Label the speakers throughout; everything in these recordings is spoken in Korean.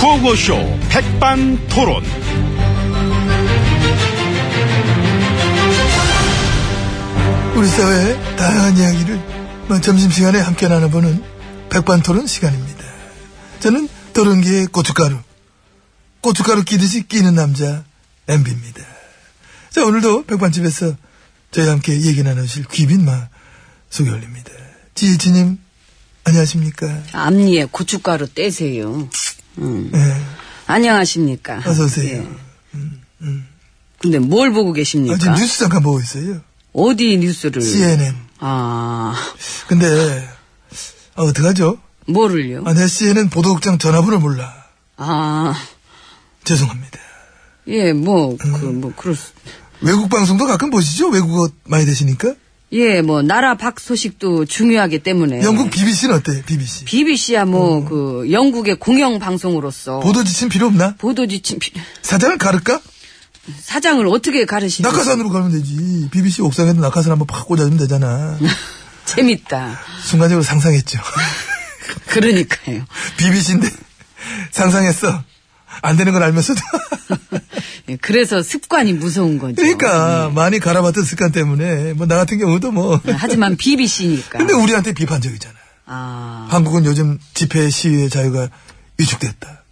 Speaker 1: 구호쇼 백반토론.
Speaker 2: 우리 사회의 다양한 이야기를 뭐 점심시간에 함께 나눠보는 백반토론 시간입니다. 저는 토론기의 고춧가루, 고춧가루 끼듯이 끼는 남자 MB입니다. 자 오늘도 백반집에서 저희와 함께 얘기 나누실 귀빈마 소개 올립니다. 지혜진님 안녕하십니까?
Speaker 3: 앞니에 고춧가루 떼세요. 음.
Speaker 2: 예,
Speaker 3: 안녕하십니까.
Speaker 2: 어서 오세요. 음,
Speaker 3: 예. 근데 뭘 보고 계십니까? 예.
Speaker 2: 아, 지금 뉴스 예. 잠깐 보고 있어요.
Speaker 3: 어디 뉴스를?
Speaker 2: CNN.
Speaker 3: 아,
Speaker 2: 근데 아, 어떡하죠?
Speaker 3: 뭐를요?
Speaker 2: 아, 내 CNN 보도국장 전화번호 몰라.
Speaker 3: 아,
Speaker 2: 죄송합니다.
Speaker 3: 예, 뭐, 그,
Speaker 2: 음.
Speaker 3: 뭐, 그럴 수.
Speaker 2: 외국 방송도 가끔 보시죠? 외국어 많이 되시니까.
Speaker 3: 예, 뭐, 나라 밖 소식도 중요하기 때문에.
Speaker 2: 영국 BBC는 어때요? BBC.
Speaker 3: BBC야 뭐, 그, 영국의 공영방송으로서.
Speaker 2: 보도 지침 필요 없나?
Speaker 3: 보도지침, 피-
Speaker 2: 사장을 가를까?
Speaker 3: 사장을 어떻게 가르시는
Speaker 2: 낙하산으로 가면 되지. BBC 옥상에도 낙하산 한번 팍 꽂아주면 되잖아.
Speaker 3: 재밌다.
Speaker 2: 순간적으로 상상했죠.
Speaker 3: 그러니까요.
Speaker 2: BBC인데 상상했어. 안 되는 걸 알면서도.
Speaker 3: 예, 그래서 습관이 무서운 거죠. 그렇죠.
Speaker 2: 그러니까 많이 갈아봤던 습관 때문에 뭐 나 같은 경우도 뭐.
Speaker 3: 예, 하지만 BBC니까.
Speaker 2: 근데 우리한테 비판적이잖아.
Speaker 3: 아,
Speaker 2: 한국은 요즘 집회 시위의 자유가 위축됐다.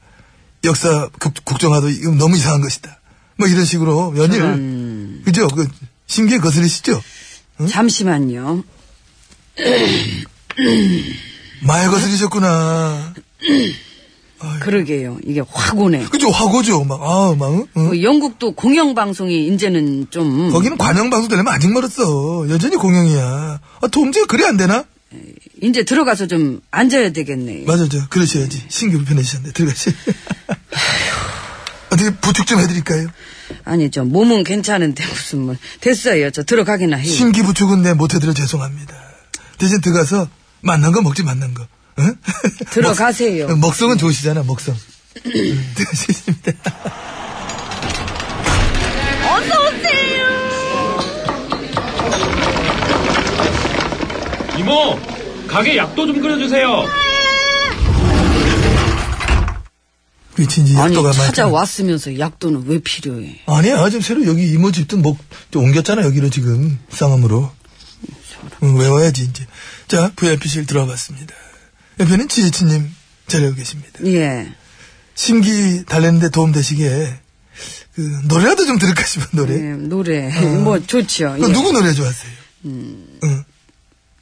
Speaker 2: 역사 국- 국정화도 이건 너무 이상한 것이다. 뭐 이런 식으로 연일 그죠? 그 심기에 거슬리시죠?
Speaker 3: 잠시만요.
Speaker 2: 마에 거슬리셨구나.
Speaker 3: 그러게요. 이게 확 오네.
Speaker 2: 그죠? 화고죠. 막 아우 막 응? 응?
Speaker 3: 뭐 영국도 공영방송이 이제는 좀.
Speaker 2: 거기는 관영방송 되려면 아직 멀었어. 여전히 공영이야. 아, 도움지가 그래 안 되나?
Speaker 3: 이제 들어가서 좀 앉아야 되겠네요.
Speaker 2: 맞아, 저 그러셔야지. 신규 불편해지셨네. 들어가시. 어떻게 부축 좀 해드릴까요?
Speaker 3: 아니, 저 몸은 괜찮은데 무슨 뭐. 됐어요. 저 들어가기나 해요.
Speaker 2: 신기 부축은 내 못해드려 죄송합니다. 대신 들어가서 만난 거 먹지 만난 거. 응?
Speaker 3: 들어가세요.
Speaker 2: 먹, 성은 좋으시잖아 먹성. 음, 들어가시겠습니다.
Speaker 4: 이모, 가게 약도 좀 끓여주세요.
Speaker 3: 아.
Speaker 2: 미친지
Speaker 3: 아니,
Speaker 2: 뭐, 약도가 많
Speaker 3: 찾아왔으면서 약도는 왜 필요해?
Speaker 2: 아니야 지금 새로 여기 이모 집도 먹저 옮겼잖아 여기로 지금 쌍암으로. 응, 외워야지 이제. 자 VIP실 들어와봤습니다. 옆에는 지혜치님 자리하고 계십니다.
Speaker 3: 예.
Speaker 2: 심기 달래는데 도움 되시게 그 노래라도 좀 들을까 싶은 노래.
Speaker 3: 예, 노래. 뭐, 좋죠.
Speaker 2: 아. 그럼
Speaker 3: 예.
Speaker 2: 누구 노래 좋아하세요? 응.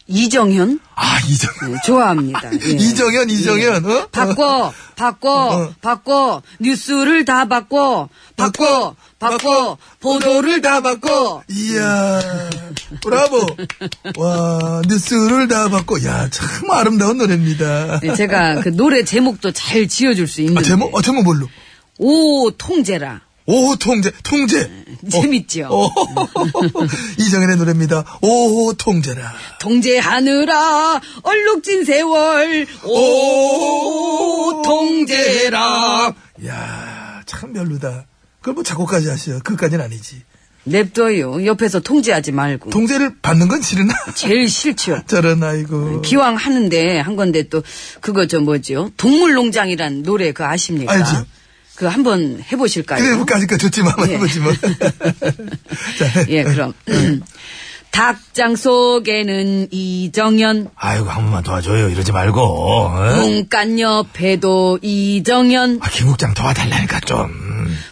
Speaker 3: 이정현?
Speaker 2: 아 이정.
Speaker 3: 예, 좋아합니다. 예.
Speaker 2: 이정현, 이정현, 어?
Speaker 3: 바꿔, 바꿔,
Speaker 2: 어.
Speaker 3: 바꿔, 뉴스를 다 바꿔, 바꿔, 바꿔, 어. 보도를 다 바꿔.
Speaker 2: 이야, 브라보. 와, 뉴스를 다 받고, 야, 참 아름다운 노래입니다.
Speaker 3: 네, 제가 그 노래 제목도 잘 지어줄 수 있는.
Speaker 2: 아, 제목, 어, 제목 뭘로?
Speaker 3: 오 통제라.
Speaker 2: 오호 통제, 통제.
Speaker 3: 네, 재밌죠?
Speaker 2: 어, 이정현의 노래입니다. 오호 통제라.
Speaker 3: 통제하느라 얼룩진 세월 오 통제라.
Speaker 2: 야, 참 별로다. 그걸 뭐 작곡까지 하셔. 그까지는 아니지.
Speaker 3: 냅둬요. 옆에서 통제하지 말고.
Speaker 2: 통제를 받는 건 싫으나.
Speaker 3: 제일 싫죠.
Speaker 2: 저런 아이고.
Speaker 3: 기왕 하는데 한 건데 또 그거 저 뭐지요? 동물농장이란 노래 그 아십니까?
Speaker 2: 알죠.
Speaker 3: 그 한번 해보실까요?
Speaker 2: 그래, 뭐, 까짓까 좋지, 만
Speaker 3: 예.
Speaker 2: 해보지, 뭐. 자,
Speaker 3: 예, 그럼. 닭장 속에는 이정현,
Speaker 5: 아이고 한 번만 도와줘요 이러지 말고 어?
Speaker 3: 문간 옆에도 이정현,
Speaker 5: 아, 김국장 도와달라니까 좀.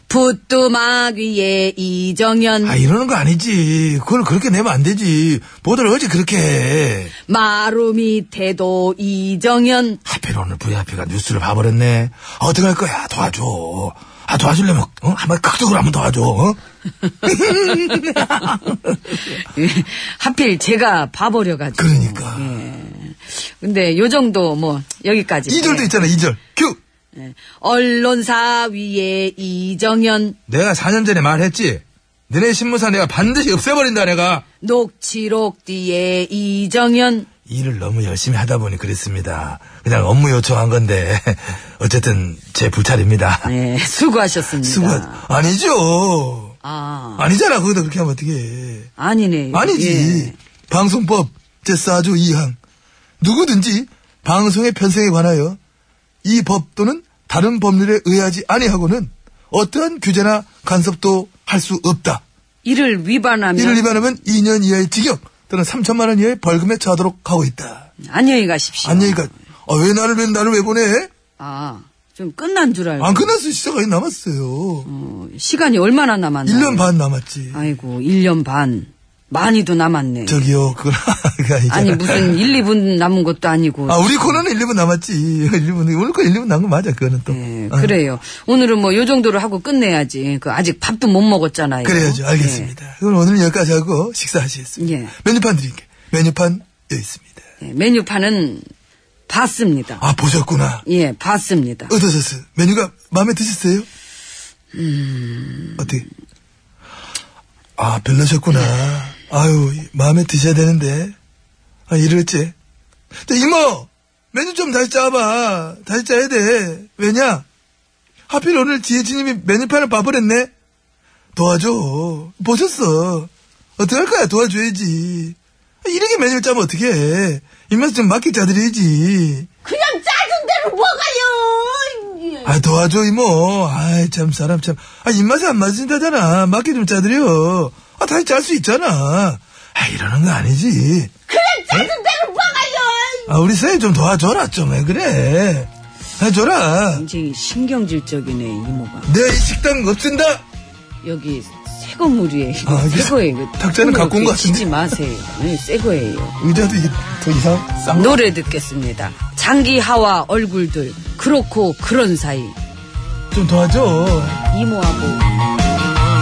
Speaker 3: 부뚜막 위에 이정현,
Speaker 2: 아, 이러는 거 아니지. 그걸 그렇게 내면 안 되지. 보도를 어제 그렇게 해.
Speaker 3: 마루 밑에도 이정현,
Speaker 5: 하필 오늘 VIP가 뉴스를 봐버렸네. 아, 어떡할 거야 도와줘. 아 도와주려면 어? 한번 극적으로 한번 도와줘. 어?
Speaker 3: 예, 하필 제가 봐버려가지고.
Speaker 2: 그러니까.
Speaker 3: 음, 근데 요 정도 뭐, 여기까지.
Speaker 2: 이절도
Speaker 3: 예.
Speaker 2: 있잖아, 이절 큐!
Speaker 3: 예. 언론사 위에 이정현,
Speaker 2: 내가 4년 전에 말했지. 너네 신문사 내가 반드시 없애버린다, 내가.
Speaker 3: 녹취록 뒤에 이정현,
Speaker 5: 일을 너무 열심히 하다 보니 그랬습니다. 그냥 업무 요청한 건데 어쨌든 제 불찰입니다.
Speaker 3: 예, 수고하셨습니다.
Speaker 2: 네, 수고하, 아니죠.
Speaker 3: 아,
Speaker 2: 아니잖아, 거기다 그렇게 하면 어떡해.
Speaker 3: 아니네요.
Speaker 2: 아니지.
Speaker 3: 예.
Speaker 2: 방송법 제4조 2항. 누구든지 방송의 편성에 관하여 이 법 또는 다른 법률에 의하지 아니하고는 어떠한 규제나 간섭도 할 수 없다.
Speaker 3: 이를 위반하면
Speaker 2: 이를 위반하면 2년 이하의 징역 또는 3천만 원 이하의 벌금에 처하도록 하고 있다.
Speaker 3: 안녕히 가십시오.
Speaker 2: 안녕히 가. 아, 왜 나를 왜 나를 왜 보내?
Speaker 3: 아, 좀 끝난 줄 알고.
Speaker 2: 안 끝났어. 시작이 남았어요.
Speaker 3: 어, 시간이 얼마나 남았나?
Speaker 2: 1년 반 남았지.
Speaker 3: 아이고, 1년 반. 많이도 남았네.
Speaker 2: 저기요, 그건 아니잖아.
Speaker 3: 아니, 무슨 1, 2분 남은 것도 아니고.
Speaker 2: 아, 우리 코너는 1, 2분 남았지. 1, 2분, 오늘 거 1, 2분 남은 거 맞아, 그거는 또.
Speaker 3: 예,
Speaker 2: 어.
Speaker 3: 그래요. 오늘은 뭐 요 정도로 하고 끝내야지. 그 아직 밥도 못 먹었잖아요.
Speaker 2: 그래야죠. 알겠습니다. 그럼 오늘은 여기까지 하고 식사하시겠습니다.
Speaker 3: 예.
Speaker 2: 메뉴판 드릴게요. 메뉴판 여기 있습니다.
Speaker 3: 예, 예, 메뉴판은 봤습니다.
Speaker 2: 아, 보셨구나.
Speaker 3: 예, 봤습니다.
Speaker 2: 어떠셨어요? 메뉴가 마음에 드셨어요?
Speaker 3: 음.
Speaker 2: 어떻게? 아, 별로셨구나.
Speaker 3: 네.
Speaker 2: 아유, 마음에 드셔야 되는데. 아, 이럴지. 자, 이모! 메뉴 좀 다시 짜봐. 다시 짜야 돼. 왜냐? 하필 오늘 지혜진님이 메뉴판을 봐버렸네? 도와줘. 보셨어. 어떡할 거야, 도와줘야지. 아, 이렇게 메뉴를 짜면 어떡해. 입맛 좀 맞게 짜드려야지.
Speaker 6: 그냥 짜준 대로 먹어요.
Speaker 2: 아 도와줘 이모 아이 참 사람 참아 입맛에 안 맞는다잖아 맞게 좀 짜드려 아 다시 짤 수 있잖아 아 이러는 거 아니지
Speaker 6: 그냥 짜준 대로 먹어요.
Speaker 2: 아 우리 쌤 좀 도와줘라 좀 왜 그래 아, 해줘라
Speaker 3: 굉장히 신경질적이네, 이모가.
Speaker 2: 내 이 식당 없앤다
Speaker 3: 여기 새 건물이에요.
Speaker 2: 아, 이게
Speaker 3: 새 거예요.
Speaker 2: 탁자는 갖고 온것
Speaker 3: 지그 마세요. 아니, 새 거예요.
Speaker 2: 의자도 이게 더 이상 쌍
Speaker 3: 노래 듣겠습니다. 장기하와 얼굴들. 그렇고 그런 사이.
Speaker 2: 좀 도와줘
Speaker 3: 이모하고.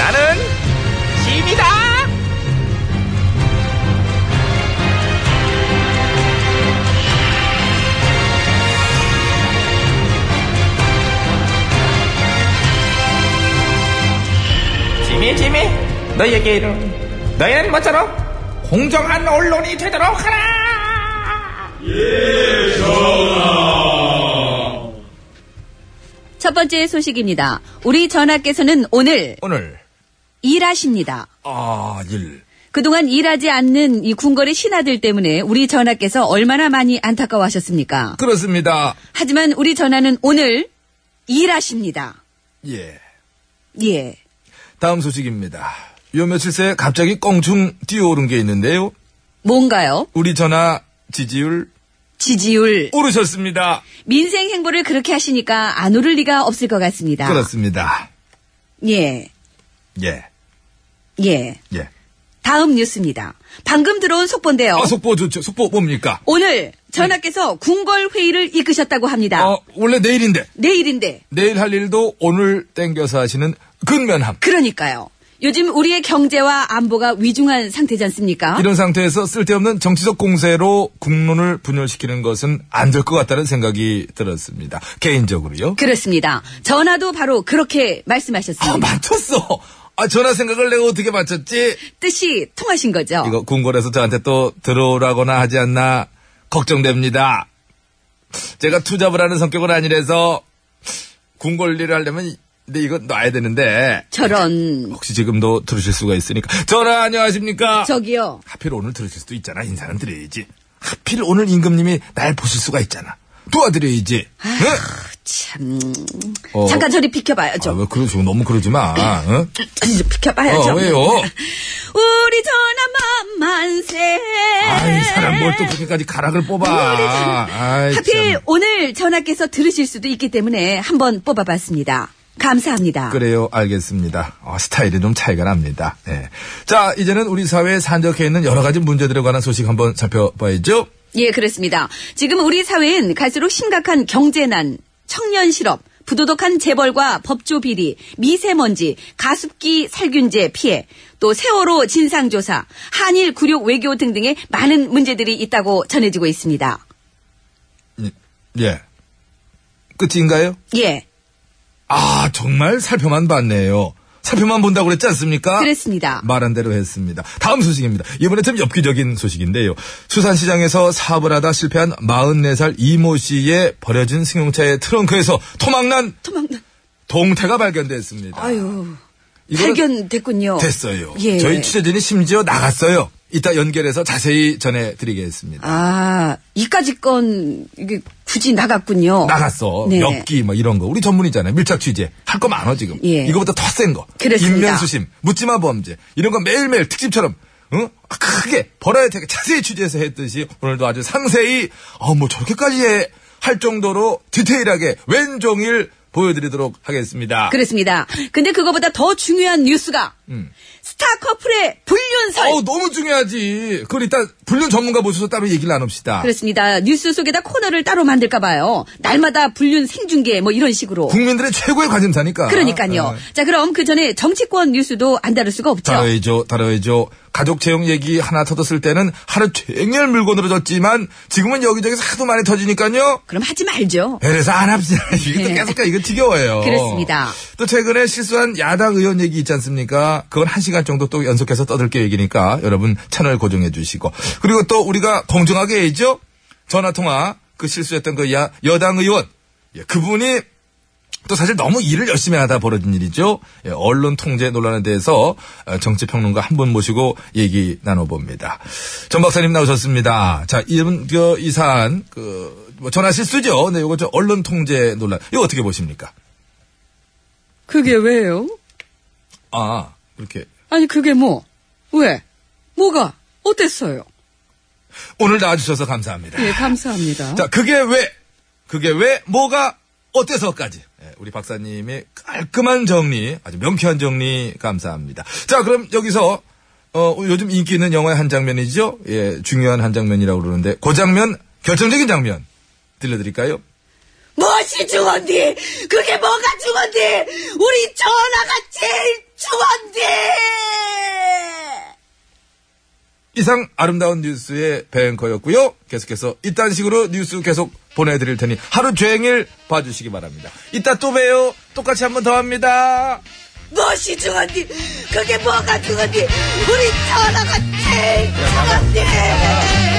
Speaker 1: 나는 짐이다.
Speaker 7: 지미 지미 너희에게 이르노니 너희는 모처럼 공정한 언론이 되도록 하라
Speaker 3: 첫 번째 소식입니다. 우리 전하께서는 오늘
Speaker 5: 오늘
Speaker 3: 일하십니다.
Speaker 5: 아 일.
Speaker 3: 그동안 일하지 않는 이 궁궐의 신하들 때문에 우리 전하께서 얼마나 많이 안타까워하셨습니까?
Speaker 5: 그렇습니다.
Speaker 3: 하지만 우리 전하는 오늘 일하십니다.
Speaker 5: 예.
Speaker 3: 예.
Speaker 5: 다음 소식입니다. 요 며칠 새 갑자기 껑충 뛰어오른 게 있는데요.
Speaker 3: 뭔가요?
Speaker 5: 우리 전화 지지율
Speaker 3: 지지율.
Speaker 5: 오르셨습니다.
Speaker 3: 민생 행보를 그렇게 하시니까 안 오를 리가 없을 것
Speaker 1: 아.
Speaker 3: 같습니다.
Speaker 5: 그렇습니다.
Speaker 3: 예.
Speaker 5: 예.
Speaker 3: 예.
Speaker 5: 예.
Speaker 3: 다음 뉴스입니다. 방금 들어온 속보인데요.
Speaker 5: 아, 속보 좋죠. 속보 뭡니까?
Speaker 3: 오늘 전하께서 궁궐 회의를 이끄셨다고 합니다.
Speaker 5: 어, 원래 내일인데.
Speaker 3: 내일인데
Speaker 5: 내일 할 일도 오늘 땡겨서 하시는 근면함.
Speaker 3: 그러니까요. 요즘 우리의 경제와 안보가 위중한 상태지 않습니까?
Speaker 5: 이런 상태에서 쓸데없는 정치적 공세로 국론을 분열시키는 것은 안 될 것 같다는 생각이 들었습니다. 개인적으로요.
Speaker 3: 그렇습니다. 전하도 바로 그렇게 말씀하셨습니다.
Speaker 5: 아, 맞췄어. 아, 전화 생각을 내가 어떻게 맞췄지?
Speaker 3: 뜻이 통하신 거죠?
Speaker 5: 이거 궁궐에서 저한테 또 들어오라거나 하지 않나 걱정됩니다. 제가 투잡을 하는 성격은 아니라서 궁궐 일을 하려면 근데 이건 놔야 되는데
Speaker 3: 저런.
Speaker 5: 혹시 지금도 들으실 수가 있으니까 전화 안녕하십니까?
Speaker 3: 저기요.
Speaker 5: 하필 오늘 들으실 수도 있잖아. 인사는 드려야지. 하필 오늘 임금님이 날 보실 수가 있잖아. 도와드려야지. 응?
Speaker 3: 참.
Speaker 5: 어.
Speaker 3: 잠깐 저리 비켜봐요,
Speaker 5: 아,
Speaker 3: 저.
Speaker 5: 왜 그러지? 너무 그러지 마. 응?
Speaker 3: 아니, 좀 비켜봐요,
Speaker 5: 어,
Speaker 3: 좀.
Speaker 5: 왜요?
Speaker 3: 우리 전화 만만세.
Speaker 5: 아이 사람 뭘 또 그렇게까지 가락을 뽑아. 아이,
Speaker 3: 하필
Speaker 5: 참.
Speaker 3: 오늘 전하께서 들으실 수도 있기 때문에 한번 뽑아봤습니다. 감사합니다.
Speaker 5: 그래요, 알겠습니다. 어, 스타일이 좀 차이가 납니다. 예. 자, 이제는 우리 사회에 산적해 있는 여러 가지 문제들에 관한 소식 한번 살펴봐야죠.
Speaker 3: 예, 그렇습니다. 지금 우리 사회엔 갈수록 심각한 경제난, 청년 실업, 부도덕한 재벌과 법조 비리, 미세먼지, 가습기 살균제 피해, 또 세월호 진상조사, 한일 굴욕 외교 등등의 많은 문제들이 있다고 전해지고 있습니다.
Speaker 5: 예. 끝인가요?
Speaker 3: 예,
Speaker 5: 아, 정말 살펴만 봤네요. 살펴만 본다고 그랬지 않습니까?
Speaker 3: 그랬습니다.
Speaker 5: 말한 대로 했습니다. 다음 소식입니다. 이번에 좀 엽기적인 소식인데요. 수산시장에서 사업을 하다 실패한 44살 이모 씨의 버려진 승용차의 트렁크에서 토막난
Speaker 3: 도망,
Speaker 5: 동태가 발견됐습니다.
Speaker 3: 아유,
Speaker 5: 이거는
Speaker 3: 발견됐군요.
Speaker 5: 됐어요.
Speaker 3: 예.
Speaker 5: 저희 취재진이 심지어 나갔어요. 이따 연결해서 자세히 전해드리겠습니다.
Speaker 3: 아, 이까지 건, 이게 굳이 나갔군요.
Speaker 5: 나갔어.
Speaker 3: 네.
Speaker 5: 엽기 뭐 이런 거. 우리 전문이잖아요. 밀착 취재. 할 거 많아 지금.
Speaker 3: 예.
Speaker 5: 이거보다 더 센 거.
Speaker 3: 그렇습니다.
Speaker 5: 인면수심, 묻지마 범죄. 이런 거 매일매일 특집처럼 응? 크게 벌어야 되게 자세히 취재해서 했듯이 오늘도 아주 상세히 어뭐 저렇게까지 해. 할 정도로 디테일하게 왼종일 보여드리도록 하겠습니다.
Speaker 3: 그렇습니다. 근데 그거보다 더 중요한 뉴스가 스타 커플의 불륜설.
Speaker 5: 음. 어우 너무 중요하지. 그걸 이따 불륜 전문가 모셔서 따로 얘기를 나눕시다.
Speaker 3: 그렇습니다. 뉴스 속에다 코너를 따로 만들까 봐요. 날마다 불륜 생중계 뭐 이런 식으로.
Speaker 5: 국민들의 최고의 관심사니까.
Speaker 3: 그러니까요.
Speaker 5: 어.
Speaker 3: 자, 그럼 그 전에 정치권 뉴스도 안 다룰 수가 없죠.
Speaker 5: 다뤄야죠, 다뤄야죠. 가족 채용 얘기 하나 터졌을 때는 하루 종일 물건으로 졌지만 지금은 여기저기서 하도 많이 터지니까요.
Speaker 3: 그럼 하지 말죠.
Speaker 5: 그래서 안 합시다. 이게 또 계속 가 이거 지겨워요.
Speaker 3: 그렇습니다.
Speaker 5: 그렇죠. 또 최근에 실수한 야당 의원 얘기 있지 않습니까? 그건 한 시간 정도 또 연속해서 떠들 계획이니까 여러분 채널 고정해 주시고 그리고 또 우리가 공정하게 해야죠. 전화 통화 그 실수했던 그 야, 여당 의원 예, 그분이 또 사실 너무 일을 열심히 하다 벌어진 일이죠. 예, 언론 통제 논란에 대해서 어, 정치평론가 한 분 모시고 얘기 나눠봅니다. 전 박사님 나오셨습니다. 자, 이분, 그, 이 사안, 그, 뭐 전화 실수죠. 네, 요거 저 언론 통제 논란. 이거 어떻게 보십니까?
Speaker 3: 그게 왜요?
Speaker 5: 아, 이렇게.
Speaker 3: 아니, 그게 뭐? 왜? 뭐가? 어땠어요? 예,
Speaker 5: 오늘 나와주셔서 감사합니다.
Speaker 3: 감사합니다.
Speaker 5: 자, 그게 왜, 그게 왜, 뭐가, 어때서까지. 예, 우리 박사님의 깔끔한 정리, 아주 명쾌한 정리, 감사합니다. 자, 그럼 여기서, 어, 요즘 인기 있는 영화의 한 장면이죠? 예, 중요한 한 장면이라고 그러는데, 그 장면, 결정적인 장면, 들려드릴까요?
Speaker 6: 무엇이 죽었니? 그게 뭐가 죽었니? 우리 전화가 제일 죽었니?
Speaker 5: 이상 아름다운 뉴스의 배앵커였고요. 계속해서 이딴 식으로 뉴스 계속 보내드릴 테니 하루 종일 봐주시기 바랍니다. 이따 또 봬요. 똑같이 한 번 더 합니다.
Speaker 6: 무엇이 죽었니? 그게 뭐가 죽었니? 우리 전화가 제일 죽었니?